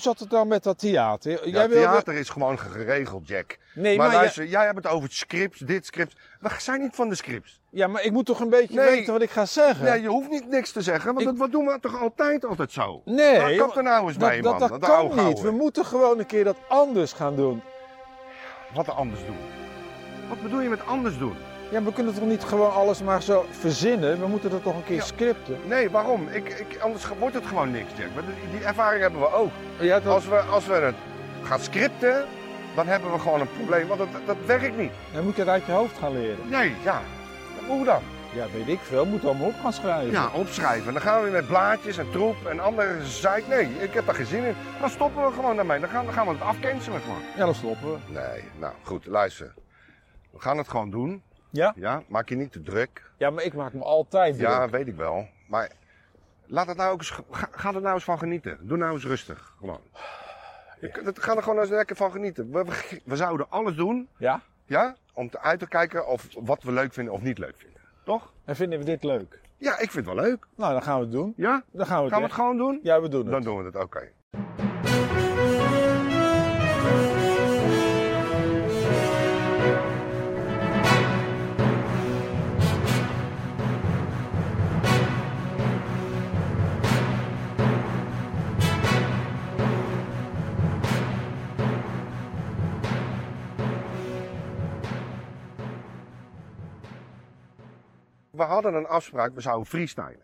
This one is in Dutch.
zat het nou met dat theater? Jij Ja, wilde- theater is gewoon geregeld, Jack. Nee, maar maar luister, jij hebt het over het script, dit script. We zijn niet van de scripts. Ja, maar ik moet toch een beetje Nee. weten wat ik ga zeggen? Nee, je hoeft niet niks te zeggen, want Ik- dat, wat doen we toch altijd altijd zo? Nee, Nou, kap er nou eens dat, mee, dat, man. dat de kan oude niet. We gouden. moeten gewoon een keer dat anders gaan doen. Wat anders doen? Wat bedoel je met anders doen? Ja, we kunnen toch niet gewoon alles maar zo verzinnen? We moeten dat toch een keer Ja. scripten? Nee, waarom? Ik, ik, anders ge- wordt het gewoon niks, Jack. Maar die- Die ervaring hebben we ook. Ja, dat... Als we, als we het gaan scripten, dan hebben we gewoon een probleem, want dat, dat werkt niet. Dan moet je het uit je hoofd gaan leren. Nee, ja. Hoe dan? Ja, weet ik veel. Moet allemaal op gaan schrijven. Ja, opschrijven. Dan gaan we weer met blaadjes en troep en andere zeik. Nee, ik heb daar geen zin in. Dan stoppen we gewoon daarmee. Dan gaan, dan gaan we het afcancelen gewoon. Ja, dan stoppen we. Nee, nou goed, luister. We gaan het gewoon doen. Ja? Ja, maak je niet te druk. Ja, maar ik maak me altijd druk. Ja, weet ik wel. Maar laat het nou ook eens, ga, ga er nou eens van genieten. Doe nou eens rustig. Gewoon. Je kunt het- Ga er gewoon eens lekker van genieten. We, we, we zouden alles doen Ja? ja, om te uit te kijken of wat we leuk vinden of niet leuk vinden. Toch? En vinden we dit leuk? Ja, ik vind het wel leuk. Nou, dan gaan we het doen. Ja? Dan gaan we het, Gaan we het echt- gewoon doen? Ja, we doen het. Dan doen we het, oké. We hadden een afspraak, we zouden freestylen.